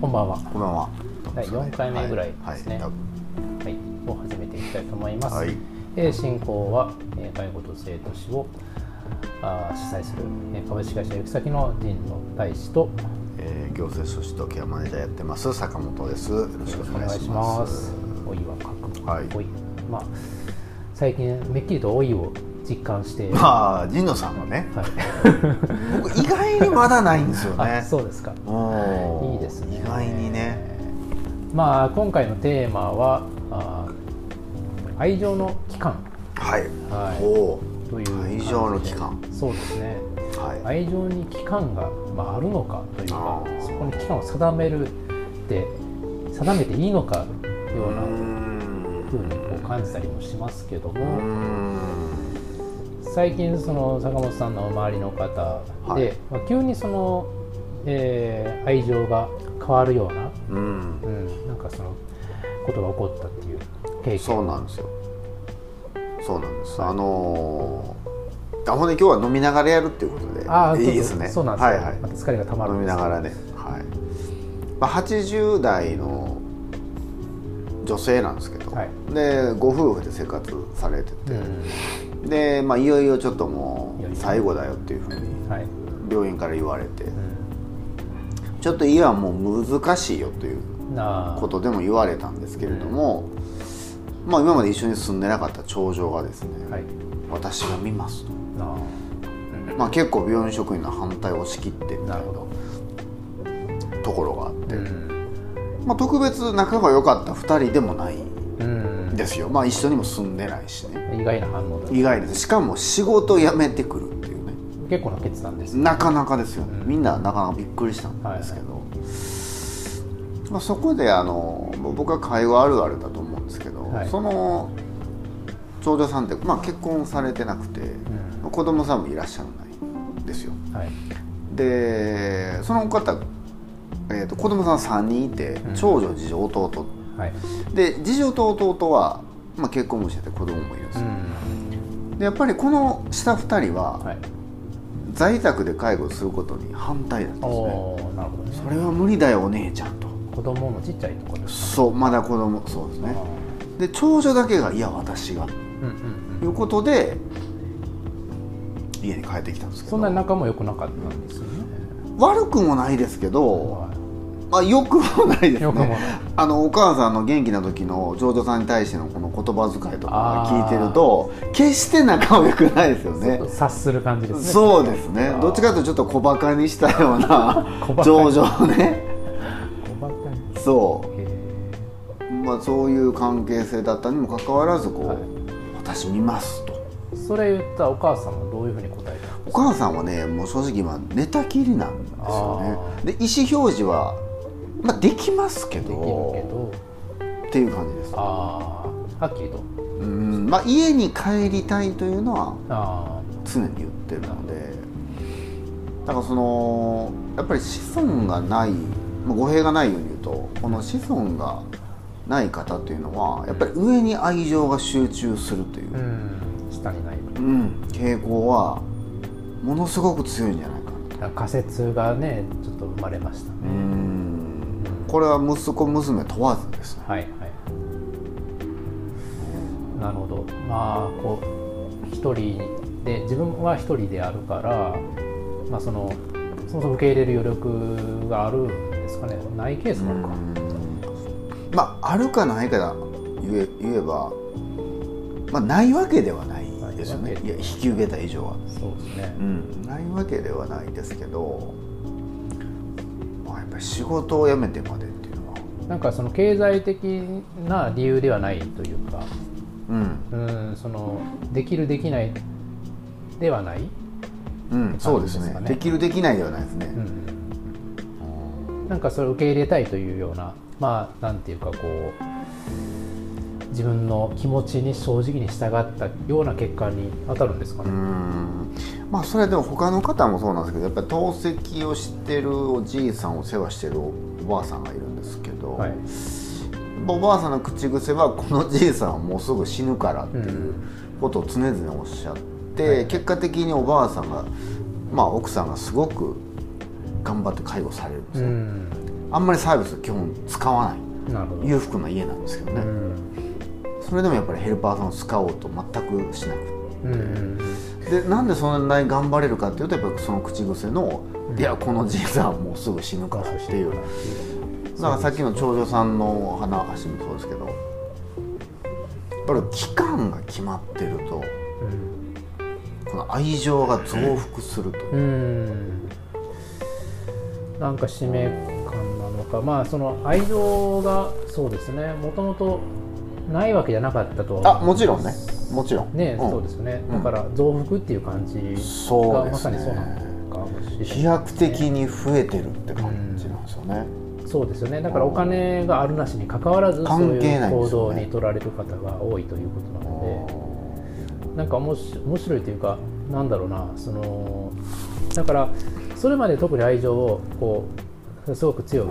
こんばんは。こんばんは。第4回目ぐらいですね。ははいい、を始めていきたいと思います。はいえー進行は、えー介護と生徒士をあー主催する、えー株式会社行き先の神野大使とえー行政書士とケアマネージャーやってます坂本です。よろしくおお願い願いししまますす。。老いは覚悟。はい老い。まあ最近めっきりと老いを実感して。はまあ神野さんはね、い。僕意外にまだないんですよ あ、ね。そうですか。おーいいですね意外にね。まあ今回のテーマはあー愛情の期間はい。はいおというお。感じ愛で情の期間。そうですねはい。愛情に期間がまああるのかというかあーそこに期間を定めるって定めていいのかよううなーふうんにこう感じたりもしますけどうーもん最近その坂本さんの周りの方はいで、まあ、急にその、えー愛情が変わるような、うんう。ん、なんかそのことが起こったっていう経験そうなんですよ。そうなんです。あのー、あほんで今日は飲みながらやるっていうことで、ああいいですね。そうなんですよ、はいはいま。た疲れがたまる飲んみですなけどがらね、はいまあ、80代の女性なんですけど、はいでご夫婦で生活されてて、うで、まあ、いよいよちょっともいよいうよ、最後だよっていうふうんにはい、病院から言われて、う、ちょっと家はもう難しいよというんなあことでも言われたんですけれども、まあ、今まで一緒に住んでなかった長女がですね、はい私が見ますと、なあまあ、結構病院職員の反対を押し切ってみたないるほど、なところがあってう。んまあ、特別仲が良かった2人でもないうん、ですよ、まあ、一緒にも住んでないしね意外な反応だ意外ですしかも仕事辞めてくるっていうね結構な決断ですねなかなかですよね、うんみんななかなかびっくりしたんですけど、まあ、そこであのぼ僕は会話あるあるだと思うんですけど、はいその長女さんって、まあ、結婚されてなくて、子供さんもいらっしゃらないんですよはいでその方、えー、と子供さん3人いてうん長女次女弟ってはいで次女と弟は、まあ、結婚もしてて子供もいるんですうよ、んでやっぱりこの下2人ははい在宅で介護することに反対だったんですねおーなるほどねそれは無理だよお姉ちゃんと子供のちっちゃいところですそうまだ子供そうですかねで長女だけがいや私がうんうんうんいうことで家に帰ってきたんですけどそんなに仲も良くなかったんですよね悪くもないですけど、まあ、良くもないです良くもなねいあのお母さんの元気な時の長女さんに対してのこの言葉遣いとか聞いてると決して仲良くないですよね察する感じですねそうですねあーどっちかというとちょっと小バカにしたような 小バカ情状をねおばかにそへう、まあ、そういう関係性だったにもかかわらずこう、はい私見ますとーそれ言ったお母さんはどういうふうに答えたのお母さんはねもう正直今寝たきりなんですよあねで意思表示は、まあ、できますけできるどけどっていう感じですああはっきりとうん、まあ、家に帰りたいというのはあ常に言ってるのでだからそのやっぱり子孫がない、まあ、語弊がないように言うとこの子孫がない方というのはやっぱり上に愛情が集中するといあうう、ん下にないうん傾向はものすごく強いんじゃないかななんか仮説がねちょっと生まれましたうねんこれは息子娘問わずですねはいはいなるほどまあこう一人で自分は一人であるからまあそのそもそも受け入れる余力があるんですかねないケースもあるかまああるかないかだ言え言えば、まあ、ないわけではないですよねないわけでいやは引き受けた以上は、そうですねうん、ないわけではないですけど、まあ、やっぱり仕事を辞めてまでっていうのは、なんかその経済的な理由ではないというかうんうんそのできるできないではない、うん、そうですねですかねできるできないではないですね、うん、なんかそれを受け入れたいというようなまあなんていうかこう自分の気持ちに正直に従ったような結果に当たるんですかうね。んまあそれはでも他の方もそうなんですけどやっぱり透析をしてるおじいさんを世話してるおばあさんがいるんですけど、はい、おばあさんの口癖はこのじいさんはもうすぐ死ぬからっていうことを常々おっしゃって、はい結果的におばあさんが、まあ、奥さんがすごく頑張って介護されるんですうよ、んあんまりサービス基本使わないなるほど、裕福な家なんですけどうね、んそれでもやっぱりヘルパーさんを使おうと全くしなくてうんうんでなんでそんなに頑張れるかっていうとやっぱその口癖の「いやこのじいさんはもうすぐ死ぬから」っていうだからさっきの長女さんの花橋もそうですけどやっぱり期間が決まってるとこの愛情が増幅すると、うんうんなんか使命感なのかまあその愛情がそうですねもともとないわけじゃなかったとはあもちろんねもちろんね、うんそうですねうんだから増幅っていう感じそうがでますさねにそうなのかもしれない飛躍的に増えてるって感じなんですよね、そうですよねだからお金があるなしに関わらずそう関い係なういんで行すよ動ねに取られる方が多いということなのでなんかおもし面白いというかなんだろうなそのだからそれまで特に愛情をこうすごく強く、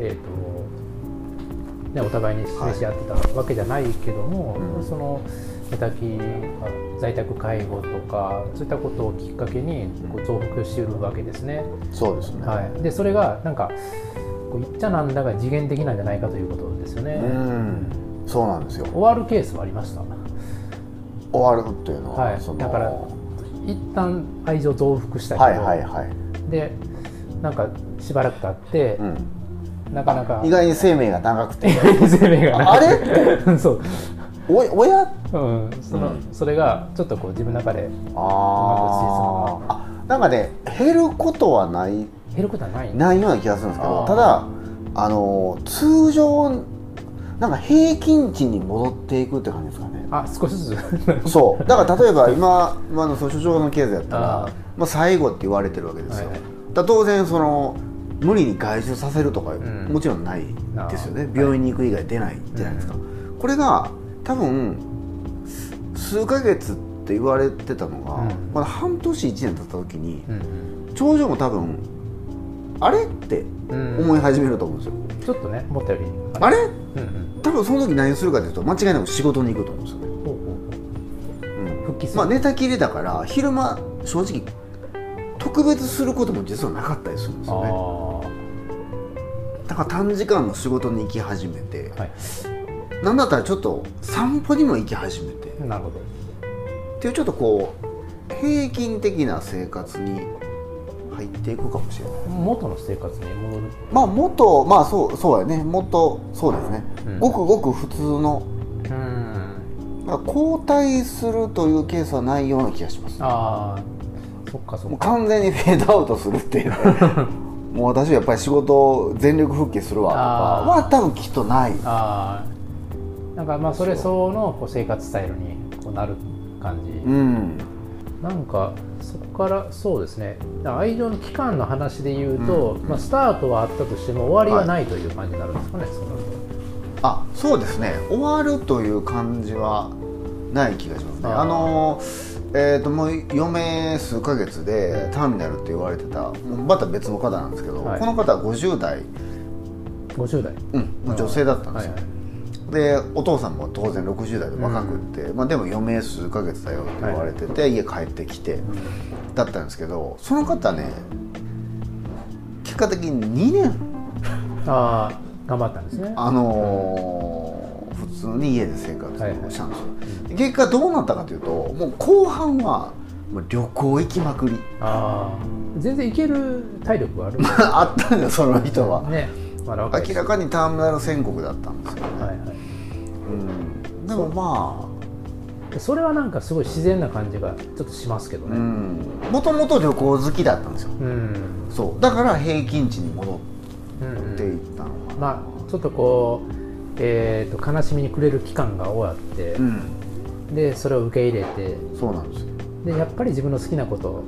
えーとね、お互いに示し合ってたわけじゃないけども、うんその寝たきあ在宅介護とかそういったことをきっかけにこう増幅しているわけですね。そうですね、はい、でそれがなんかこう言っちゃなんだが次元的なんじゃないかということですよね、うんそうなんですよ終わるケースはありました終わるっていうのは、はいそのだから一旦愛情増幅したけど、はいはいはい、でなんかしばらく経ってう、んなかなか 意外に生命が長くて生命がなくて そう、お親あうんそのうんそれがちょっとこう自分の中でああなんかね減ることはない減ることはないないような気がするんですけどあーただあのー通常なんか平均値に戻っていくって感じですかねあ少しずつ そうだから例えば今今のその所長のケースやったらあーまあ、最後って言われてるわけですよ、はいはいだから当然その無理に外出させるとか、んもちろんないですよね病院に行く以外出ないじゃないですか、これが多分数ヶ月って言われてたのうが、んまだ半年1年経った時にうん長女も多分あれってうん思い始めると思うんですよ、ちょっとね思ったよりあれうんうん多分その時何をするかというと間違いなく仕事に行くと思うんですよねほうほうほうう復帰する、まあ、寝たきりだから昼間正直特別することも実はなかったりするんですよねあだから短時間の仕事に行き始めて、ーはいなんだったらちょっと散歩にも行き始めてっなるほどていうちょっとこう平均的な生活に入っていくかもしれない元の生活に戻るまあ元まあそうそうやね元そうですね、うんごくごく普通のうんまあ交代するというケースはないような気がしますああそっかそもうっか完全にフェードアウトするって いうもう私はやっぱり仕事を全力復帰するわとかあーは多分きっとないああなんかまあそれ相応のこう生活スタイルにこうなる感じ、うんなんかそこからそうですねだから愛情の期間の話で言うと、うんまあ、スタートはあったとしても終わりはないという感じになるんですかね、そうなるあそうですね終わるという感じはない気がしますねあーあのえー、ともう嫁数ヶ月でターミナルって言われてたもうまた別の方なんですけど、はいこの方は50代、と50代うん、の女性だったんではすいよ、はいでお父さんも当然60代で若くって、まあ、でも余命数ヶ月だよって言われてて、家帰ってきてだったんですけどその方ね結果的に2年ああ頑張ったんですねあのー普通に家で生活をしたんですよ、で結果どうなったかというともう後半はもう旅行行きまくり あー全然いける体力があるあったんだよその人はねまだ若いし明らかにターミナル宣告だったんですよね、はいはいうん、でもまあそれはなんかすごい自然な感じがちょっとしますけどねもともと旅行好きだったんですようん、そうだから平均値に戻うんうんっていったのかな、まあちょっとこう、えー、と悲しみに暮れる期間が終わってう、んでそれを受け入れてそうなんですよでやっぱり自分の好きなことを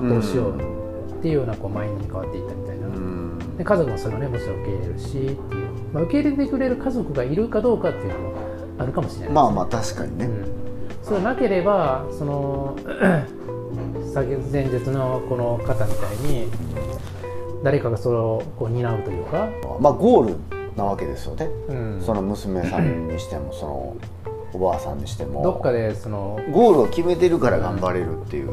全うしようっていうようなこうマインドに変わっていったみたいな、うんで家族もそれをねもちろん受け入れるしっていう、まあ、受け入れてくれる家族がいるかどうかっていうのもあるかもしれないですまあまあ確かにね、うんそれなければその 先前述のこの方みたいに誰かがそれをこう担うというか、まあゴールなわけですよね、うんその娘さんにしてもそのおばあさんにしてもどっかでそのゴールを決めてるから頑張れるっていう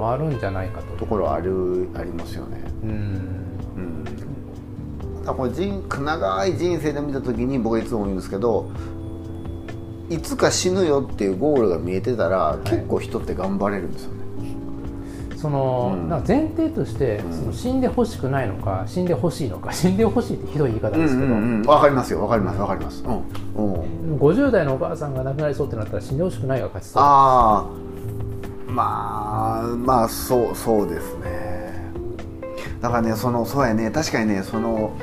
あるんじゃないかとところはあるありますよねうんうんだからこれ人長い人生で見た時に僕はいつも言うんですけどいつか死ぬよっていうゴールが見えてたら、い結構人って頑張れるんですよねその、うんなんか前提として、その死んでほしくないのか死んでほしいのか死んでほしいってひどい言い方ですけど、うんわかりますよわかりますわかりますうん、うん、 50代のお母さんが亡くなりそうってなったら死んでほしくないが勝ちそうああまあまあそうそうですねだからねそのそうやね確かにねその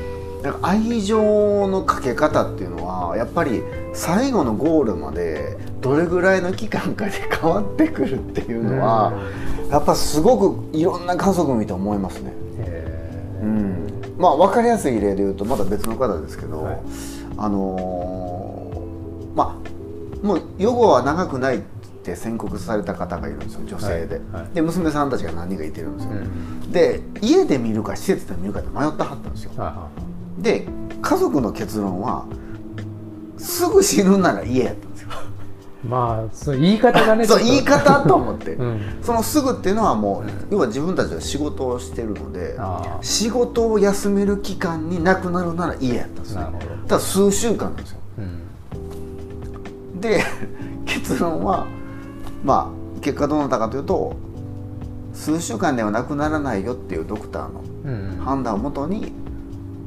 なんか愛情のかけ方っていうのはやっぱり最後のゴールまでどれぐらいの期間かで変わってくるっていうのは、やっぱすごくいろんな家族見て思いますね。えうん、まあ分かりやすい例で言うとまた別の方ですけど、はいあのーまあもう予後は長くないって宣告された方がいるんですよ女性で、はいはいで娘さんたちが何人かいてるんですよ、うで家で見るか施設で見るかって迷ったはったんですよーはで家族の結論はすぐ死ぬなら家やったんですよいまあその言い方がねそうちょっと言い方と思って、うんそのすぐっていうのはもう要は自分たちが仕事をしてるのであー仕事を休める期間になくなるなら家やったんですねなるほどただ数週間なんですようんで 結論はまあ結果どうなったかというと数週間ではなくならないよっていうドクターのうん判断をもとに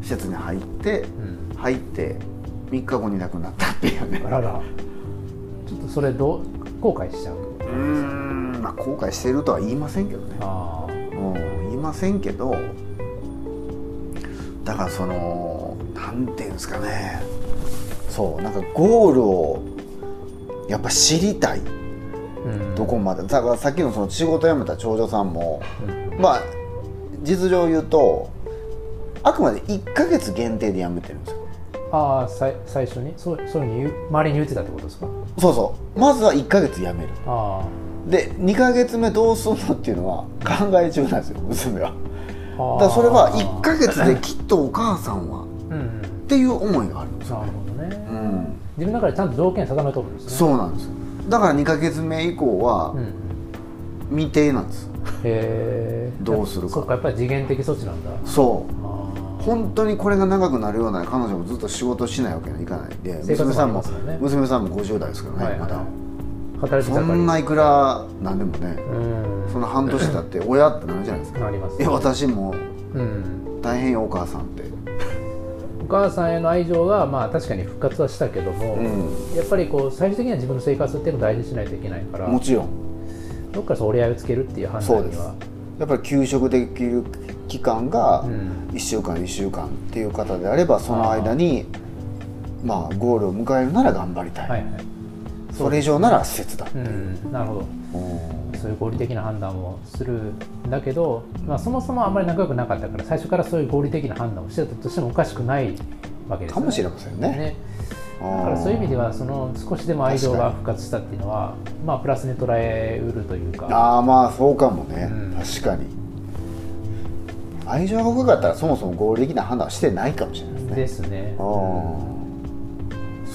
施設に入ってうん入って3日後に亡くなったっていうねあららちょっとそれどう後悔しちゃううーんまあ後悔してるとは言いませんけどねああうん言いませんけどだからそのなんていうんですかねそうなんかゴールをやっぱ知りたいうんどこまでだからさっきのその仕事辞めた長女さんも、うんまあ実情を言うとあくまで1ヶ月限定で辞めてるんですよああさい最初にそうそういうふうに言う周りに言ってたってことですかそうそうまずは1ヶ月辞めるあで2ヶ月目どうするのっていうのは考え中なんですよ娘はあああだからそれは1ヶ月できっとお母さんはうんうんなるっていう思いがあるんですよ、ほどねうん、自分の中でちゃんと条件定めとるんですねそうなんですよだから2か月目以降はうん未定なんです、へえどうするかそっかやっぱり次元的措置なんだそあう本当にこれが長くなるようなら彼女もずっと仕事しないわけにはいかないで生活も娘さんもありますよね娘さんも50代ですけどあね、はいまだはい働いてそたからんないくらなんでもね、うんその半年だ って親ってなるじゃないですかなりますいや私もうん大変よお母さんってお母さんへの愛情はまあ確かに復活はしたけども、うやっぱりこう最終的には自分の生活っていうのを大事にしないといけないからもちろんどっからそう折り合いをつけるっていう判そう断でにすはやっぱり休職できる期間がうん1週間1週間っていう方であればその間にまあゴールを迎えるなら頑張りたい、はいはいそれ以上なら施設だ、うんなるほどうんそういう合理的な判断をするんだけど、まあ、そもそもあんまり仲良くなかったから最初からそういう合理的な判断をしてたとしてもおかしくないわけですよねかもしれませんねねだからそういう意味ではその少しでも愛情が復活したっていうのは、まあ、プラスに捉えうるというかああまあそうかもね、うん確かに愛情が深かったらそもそも合理的な判断はしてないかもしれないですねですねああ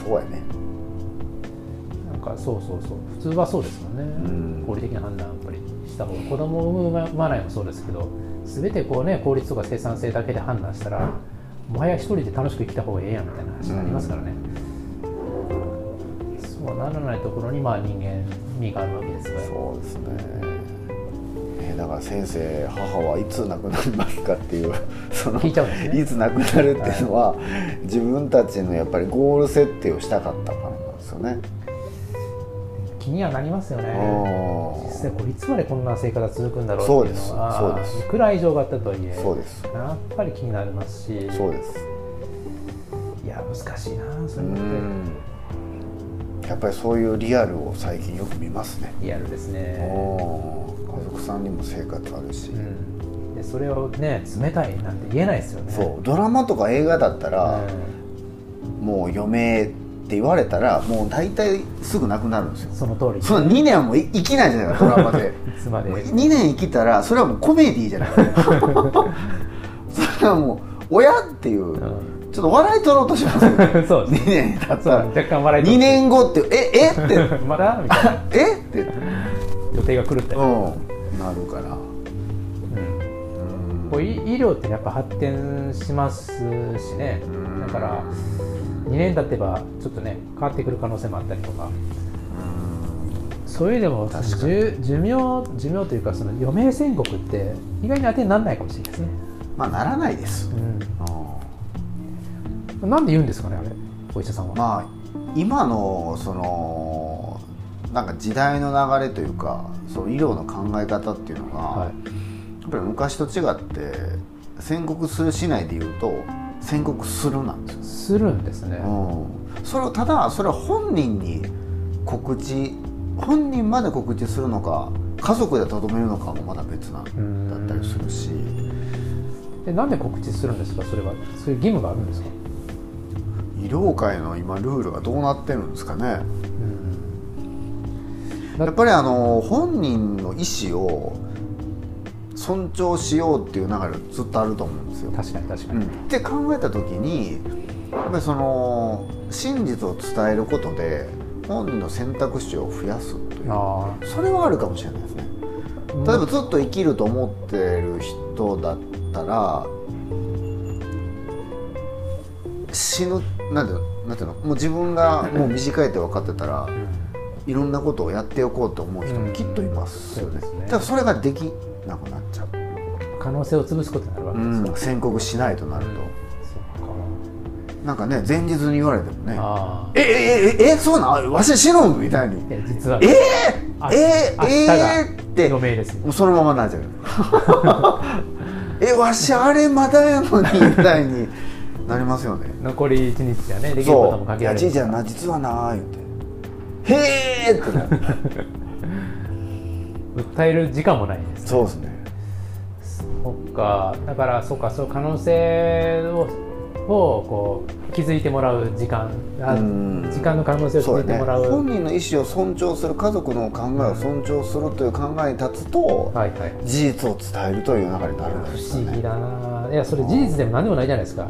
そうやねなんかそうそうそう普通はそうですもんね、ん合理的な判断をやっぱりした方が子供を産ま産まないもそうですけど全てこうね効率とか生産性だけで判断したらもはや一人で楽しく生きた方がええやんみたいな話になりますからね、そうならないところにまあ人間味があるわけですからそうですねえーだから先生母はいつ亡くなりますかっていう その聞いちゃうんですねいつ亡くなるっていうのは、自分たちのやっぱりゴール設定をしたかったからなんですよね、気にはなりますよねあ実あ際これいつまでこんな生活が続くんだろうっていうのはそうですそうですいくら愛情があったとはいえそうですやっぱり気になりますしそうですいや難しいなそうれって、んやっぱりそういうリアルを最近よく見ますねリアルですおねおー家族さんにも生活あるし、うんでそれをね冷たいなんて言えないですよねそうドラマとか映画だったら、うもう余命って言われたらもう大体すぐ亡くなるんですよんその通りその2年もい生きないじゃないドラマ でいつまでもう2年生きたらそれはもうコメディじ ゃないそれはもう親っていう、んちょっと笑い取ろうとしますよね そうです2年経ったそうら若干笑い2年後ってええって まだみたいなえって予定が狂ったり、うんなるからうんうんこう構医医療ってやっぱ発展しますしねだから2年経てばちょっとね変わってくる可能性もあったりとかそういうでも確か寿寿命寿命というかその余命宣告って意外に当てにならないかもしれないですね、まあならないです、うん、なんで言うんですかねあれお医者さんは、まあ今のそのなんか時代の流れというかそう医療の考え方っていうのが、はいやっぱり昔と違って宣告するしないで言うと宣告するなんですよ、するんですね、うん、それをただそれは本人に告知本人まで告知するのか家族でとどめるのかもまだ別なんんだったりするしえなんで告知するんですかそれはそういう義務があるんですか、医療界の今ルールがどうなってるんですかねだやっぱりあの本人の意思を尊重しようっていう流れがずっとあると思うんですよ。確かに確かうんに、って考えた時にやっぱりその真実を伝えることで本人の選択肢を増やすというあそれはあるかもしれないですね。あ例えばずっと生きると思ってる人だったら死ぬなんていうのなんていうのもう自分がもう短いって分かってたらいろんなことをやっておこうと思う人もきっといますようんねそうですね。ただそれができなくなっちゃう、可能性を潰すことになるわけですよ、宣告しないとなるそうかとなんかね前日に言われてもねああ「えええええそうなんわし死ぬん?」みたいにいや実は「えあええ明え日がえって余命ですよもうそのままなっちゃう えわしあれまだやのにみたいになりますよね残り1日じゃねできることもそう「い限らやれじるいちゃんからな実はな」言うて「へえ!」ってなる訴える時間もないですそうですねそっかだからそうかそう可能性ををこう気づいてもらう時間あうん時間の可能性を気そうづやいてねもらう本人の意思を尊重する家族の考えを尊重するという考えに立つと、はいはい事実を伝えるという流れになるんで不すか思議ねだないやそれ事実でも何でもないじゃないですか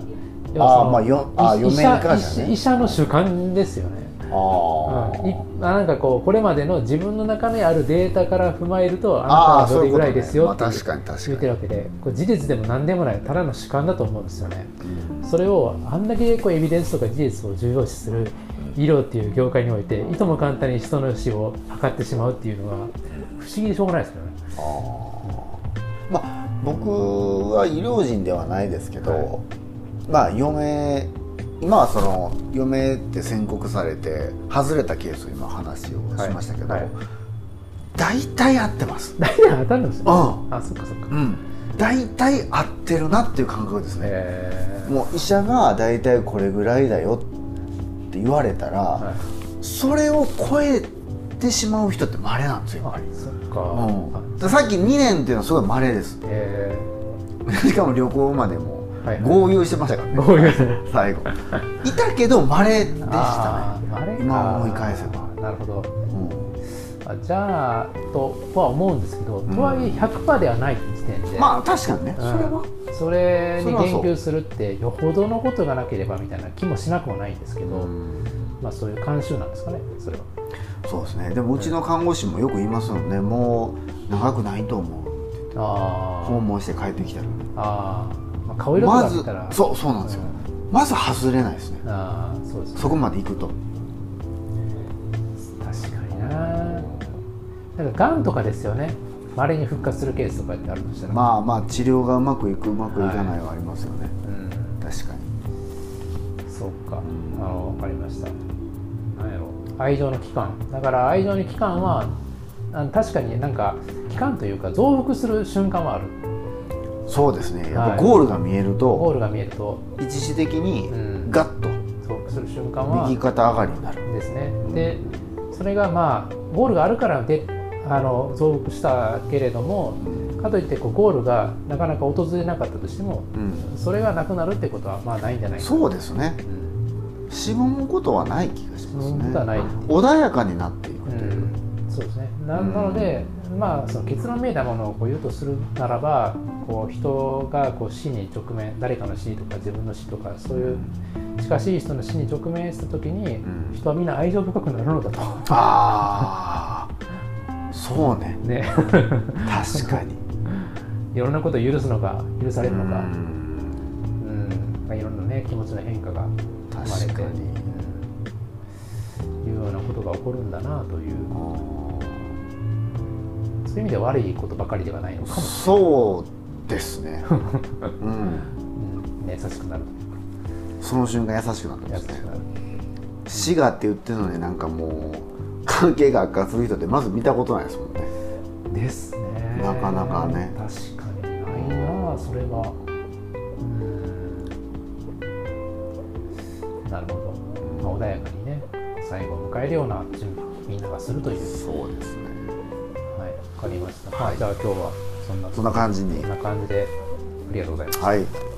要あーそのまあよあー医余命に関してはね医者医者の主観ですよねあうんいーあなんかこうこれまでの自分の中にあるデータから踏まえるとああなたはどれぐらいですよーってそういうことねまあ確かに確かに言ってるわけでこれ事実でも何でもないただの主観だと思うんですよねそれをあんだけこうエビデンスとか事実を重要視する医療っていう業界においていとも簡単に人の死を測ってしまうっていうのは不思議でしょうがないですよねまあ僕は医療人ではないですけど、はいまあ余命今はその余命って宣告されて外れたケースを今話をしましたけど、はいはい大体合ってます大体当たるんですよねうんあそっかそっかうん大体合ってるなっていう感覚ですね、えもう医者が大体これぐらいだよって言われたら、ーはいそれを超えてしまう人って稀なんですよやっぱり、そっか、うん、だからさっき2年っていうのはすごい稀ですえ しかも旅行までもはいはい合流してましたからね、合流してま最後いたけどまれでしたねあーあれか今思い返せば、なるほどうんあじゃあとは思うんですけど、とはいえ100%ではない時点でまあ確かにね、うんそれはそれにそれはそ言う及するってよほどのことがなければみたいな気もしなくもないんですけど、まあそういう慣習なんですかねそれはそうですねでもうちの看護師もよく言いますのでもう長くないと思うあー訪問して帰ってきたらあー、まあ、顔色とまか見ずたら、そうそうなんですよ、まず外れないですねああそうですねそこまで行くと確かにななんかがんとかですよねまれに復活するケースとかってあるとしたら、まあまあ治療がうまくいくうまくいかないはありますよね、うん確かにそうか、あの分かりました。なんやろ愛情の期間だから愛情の期間はあの確かになんか期間というか増幅する瞬間はあるそうですねやっはいぱゴールが見えるゴーと、ルが見えると一時的にうんガッと増幅する瞬間右は肩上がりになるですねでそれがまあゴールがあるからであの増幅したけれどもかといってこうゴールがなかなか訪れなかったとしてもうんそれがなくなるってことはまあないんじゃないかそうですねう、んしぼむことはない気がしますしぼむねことはない穏やかになっていくうという、ん、そうですねななので、まあ、その結論めいたものをこう言うとするならばこう人がこう死に直面誰かの死とか自分の死とかそういう近しい人の死に直面した時に、ん人はみんな愛情深くなるのだと。 ああそうねね、確かに いろんなことを許すのか許されうるのか、んうんまあ、いろんなね気持ちの変化が生まれて確かにうんいうようなことが起こるんだなというあそういう意味では悪いことばかりではないのーかも、そうですねうんうんね、優しくなるというかその瞬間優しくなってま優すしくねなる滋賀って言ってるのになんかもう関係が悪化する人ってまず見たことないですもんねですねなかなかね確かにないなあそれはうんなるほど、まあ、穏やかにね最後を迎えるような準備をみんながするというそうですねはいわかりました、はい、じゃあ今日はそんなそんな感じにそんな感じでありがとうございますはい